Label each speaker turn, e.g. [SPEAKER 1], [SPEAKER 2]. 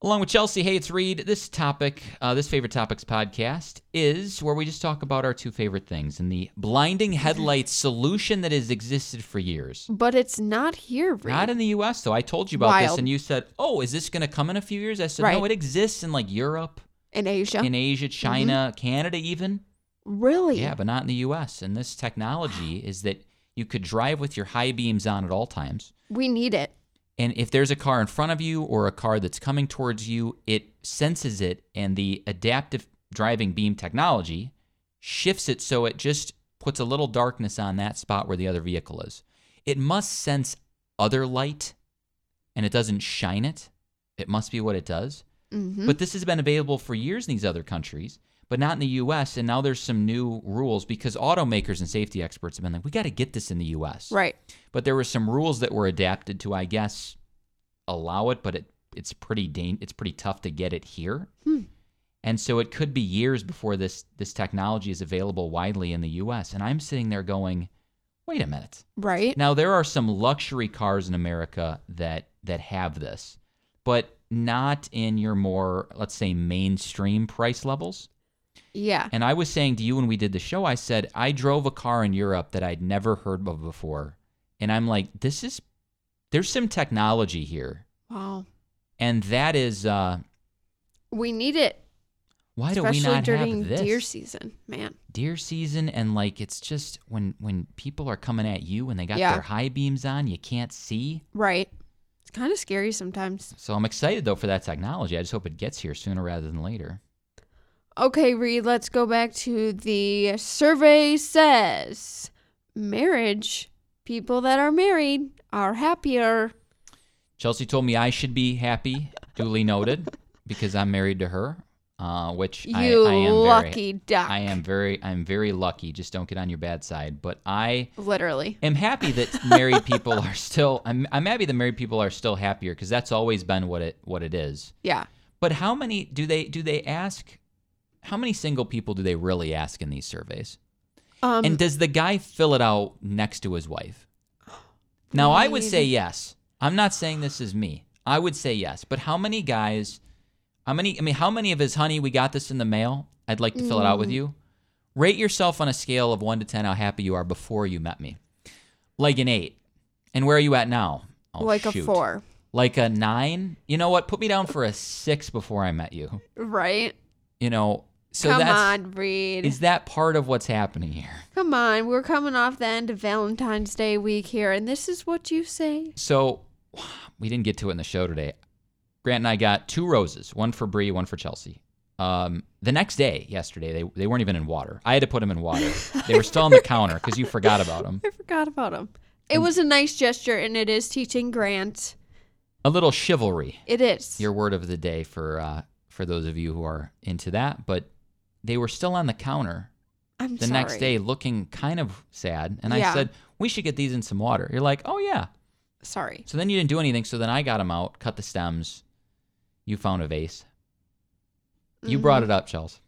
[SPEAKER 1] Along with Chelsea Hates Reed, this topic, uh, this Favorite Topics podcast is where we just talk about our two favorite things and the blinding headlights solution that has existed for years.
[SPEAKER 2] But it's not here, Reed.
[SPEAKER 1] Not in the US, though. I told you about this
[SPEAKER 2] Wild.
[SPEAKER 1] and you said, oh, is this going to come in a few years? I said, no, it
[SPEAKER 2] Right.
[SPEAKER 1] exists in like Europe,
[SPEAKER 2] in Asia.
[SPEAKER 1] in Asia, China, Canada, even.
[SPEAKER 2] really?
[SPEAKER 1] Yeah, but not in the US. And this technology is that you could drive with your high beams on at all times.
[SPEAKER 2] We need it.
[SPEAKER 1] And if there's a car in front of you or a car that's coming towards you, it senses it and the adaptive driving beam technology shifts it so it just puts a little darkness on that spot where the other vehicle is. It must sense other light and it doesn't shine it. It must be what it does.
[SPEAKER 2] hmm
[SPEAKER 1] But this has been available for years in these other countries, but not in the US. And now there's some new rules because automakers and safety experts have been like, we got to get this in the US
[SPEAKER 2] right.
[SPEAKER 1] but there were some rules that were adapted to, I guess, allow it, but it it's pretty dan- it's pretty tough to get it here. And so it could be years before this this technology is available widely in the US. And I'm sitting there going, "Wait a minute.
[SPEAKER 2] Right.
[SPEAKER 1] Now there are some luxury cars in America that that have this, but not in your more, let's say, mainstream price levels."
[SPEAKER 2] Yeah.
[SPEAKER 1] And I was saying to you when we did the show, I said, I drove a car in Europe that I'd never heard of before. And I'm like, this is, there's some technology here.
[SPEAKER 2] Wow.
[SPEAKER 1] And that is, uh,
[SPEAKER 2] We need it,
[SPEAKER 1] why do we
[SPEAKER 2] especially
[SPEAKER 1] not
[SPEAKER 2] during
[SPEAKER 1] have this?
[SPEAKER 2] deer season, man.
[SPEAKER 1] Deer season. And like, it's just when, when people are coming at you and they got
[SPEAKER 2] Yeah.
[SPEAKER 1] their high beams on, you can't see.
[SPEAKER 2] Right. It's kind of scary sometimes.
[SPEAKER 1] So I'm excited though for that technology. I just hope it gets here sooner rather than later.
[SPEAKER 2] Okay, Reed, let's go back to the survey says marriage, people that are married are happier.
[SPEAKER 1] Chelsea told me I should be happy, duly noted, because I'm married to her, uh, which I, I
[SPEAKER 2] you
[SPEAKER 1] am very-
[SPEAKER 2] lucky duck.
[SPEAKER 1] I am very I'm very lucky. Just don't get on your bad side. But I
[SPEAKER 2] Literally.
[SPEAKER 1] am happy that married people are still I'm I'm happy that married people are still happier because that's always been what it what it is.
[SPEAKER 2] Yeah.
[SPEAKER 1] But how many do they do they ask how many single people do they really ask in these surveys?
[SPEAKER 2] Um,
[SPEAKER 1] and does the guy fill it out next to his wife? Now I would say yes. I'm not saying this is me. I would say yes. But how many guys how many I mean how many of his honey we got this in the mail? I'd like to fill it out
[SPEAKER 2] Mm.
[SPEAKER 1] with you. Rate yourself on a scale of 1 to 10 how happy you are before you met me. Like an 8. And where are you at now? Oh,
[SPEAKER 2] like a
[SPEAKER 1] shoot.
[SPEAKER 2] four,
[SPEAKER 1] Like a 9? You know what? Put me down for a 6 before I met you.
[SPEAKER 2] right?
[SPEAKER 1] You know, so
[SPEAKER 2] Come
[SPEAKER 1] that's
[SPEAKER 2] on, Reed.
[SPEAKER 1] is that part of what's happening here?
[SPEAKER 2] Come on, we're coming off the end of Valentine's Day week here, and this is what you say.
[SPEAKER 1] So we didn't get to it in the show today. Grant and I got two roses, one for Bree, one for Chelsea. Um, the next day, yesterday, they, they weren't even in water. I had to put them in water. They were still on the counter because you forgot about them.
[SPEAKER 2] I forgot about him. It was a nice gesture, and it is teaching Grant.
[SPEAKER 1] A little chivalry,
[SPEAKER 2] It is.
[SPEAKER 1] your word of the day for uh, for those of you who are into that. But they were still on the counter
[SPEAKER 2] I'm
[SPEAKER 1] the next
[SPEAKER 2] sorry.
[SPEAKER 1] day, looking kind of sad. And I
[SPEAKER 2] Yeah.
[SPEAKER 1] said, "We should get these in some water." You're like, "Oh yeah."
[SPEAKER 2] Sorry.
[SPEAKER 1] So then you didn't do anything. So then I got them out, cut the stems. You found a vase. You brought it up, Chels.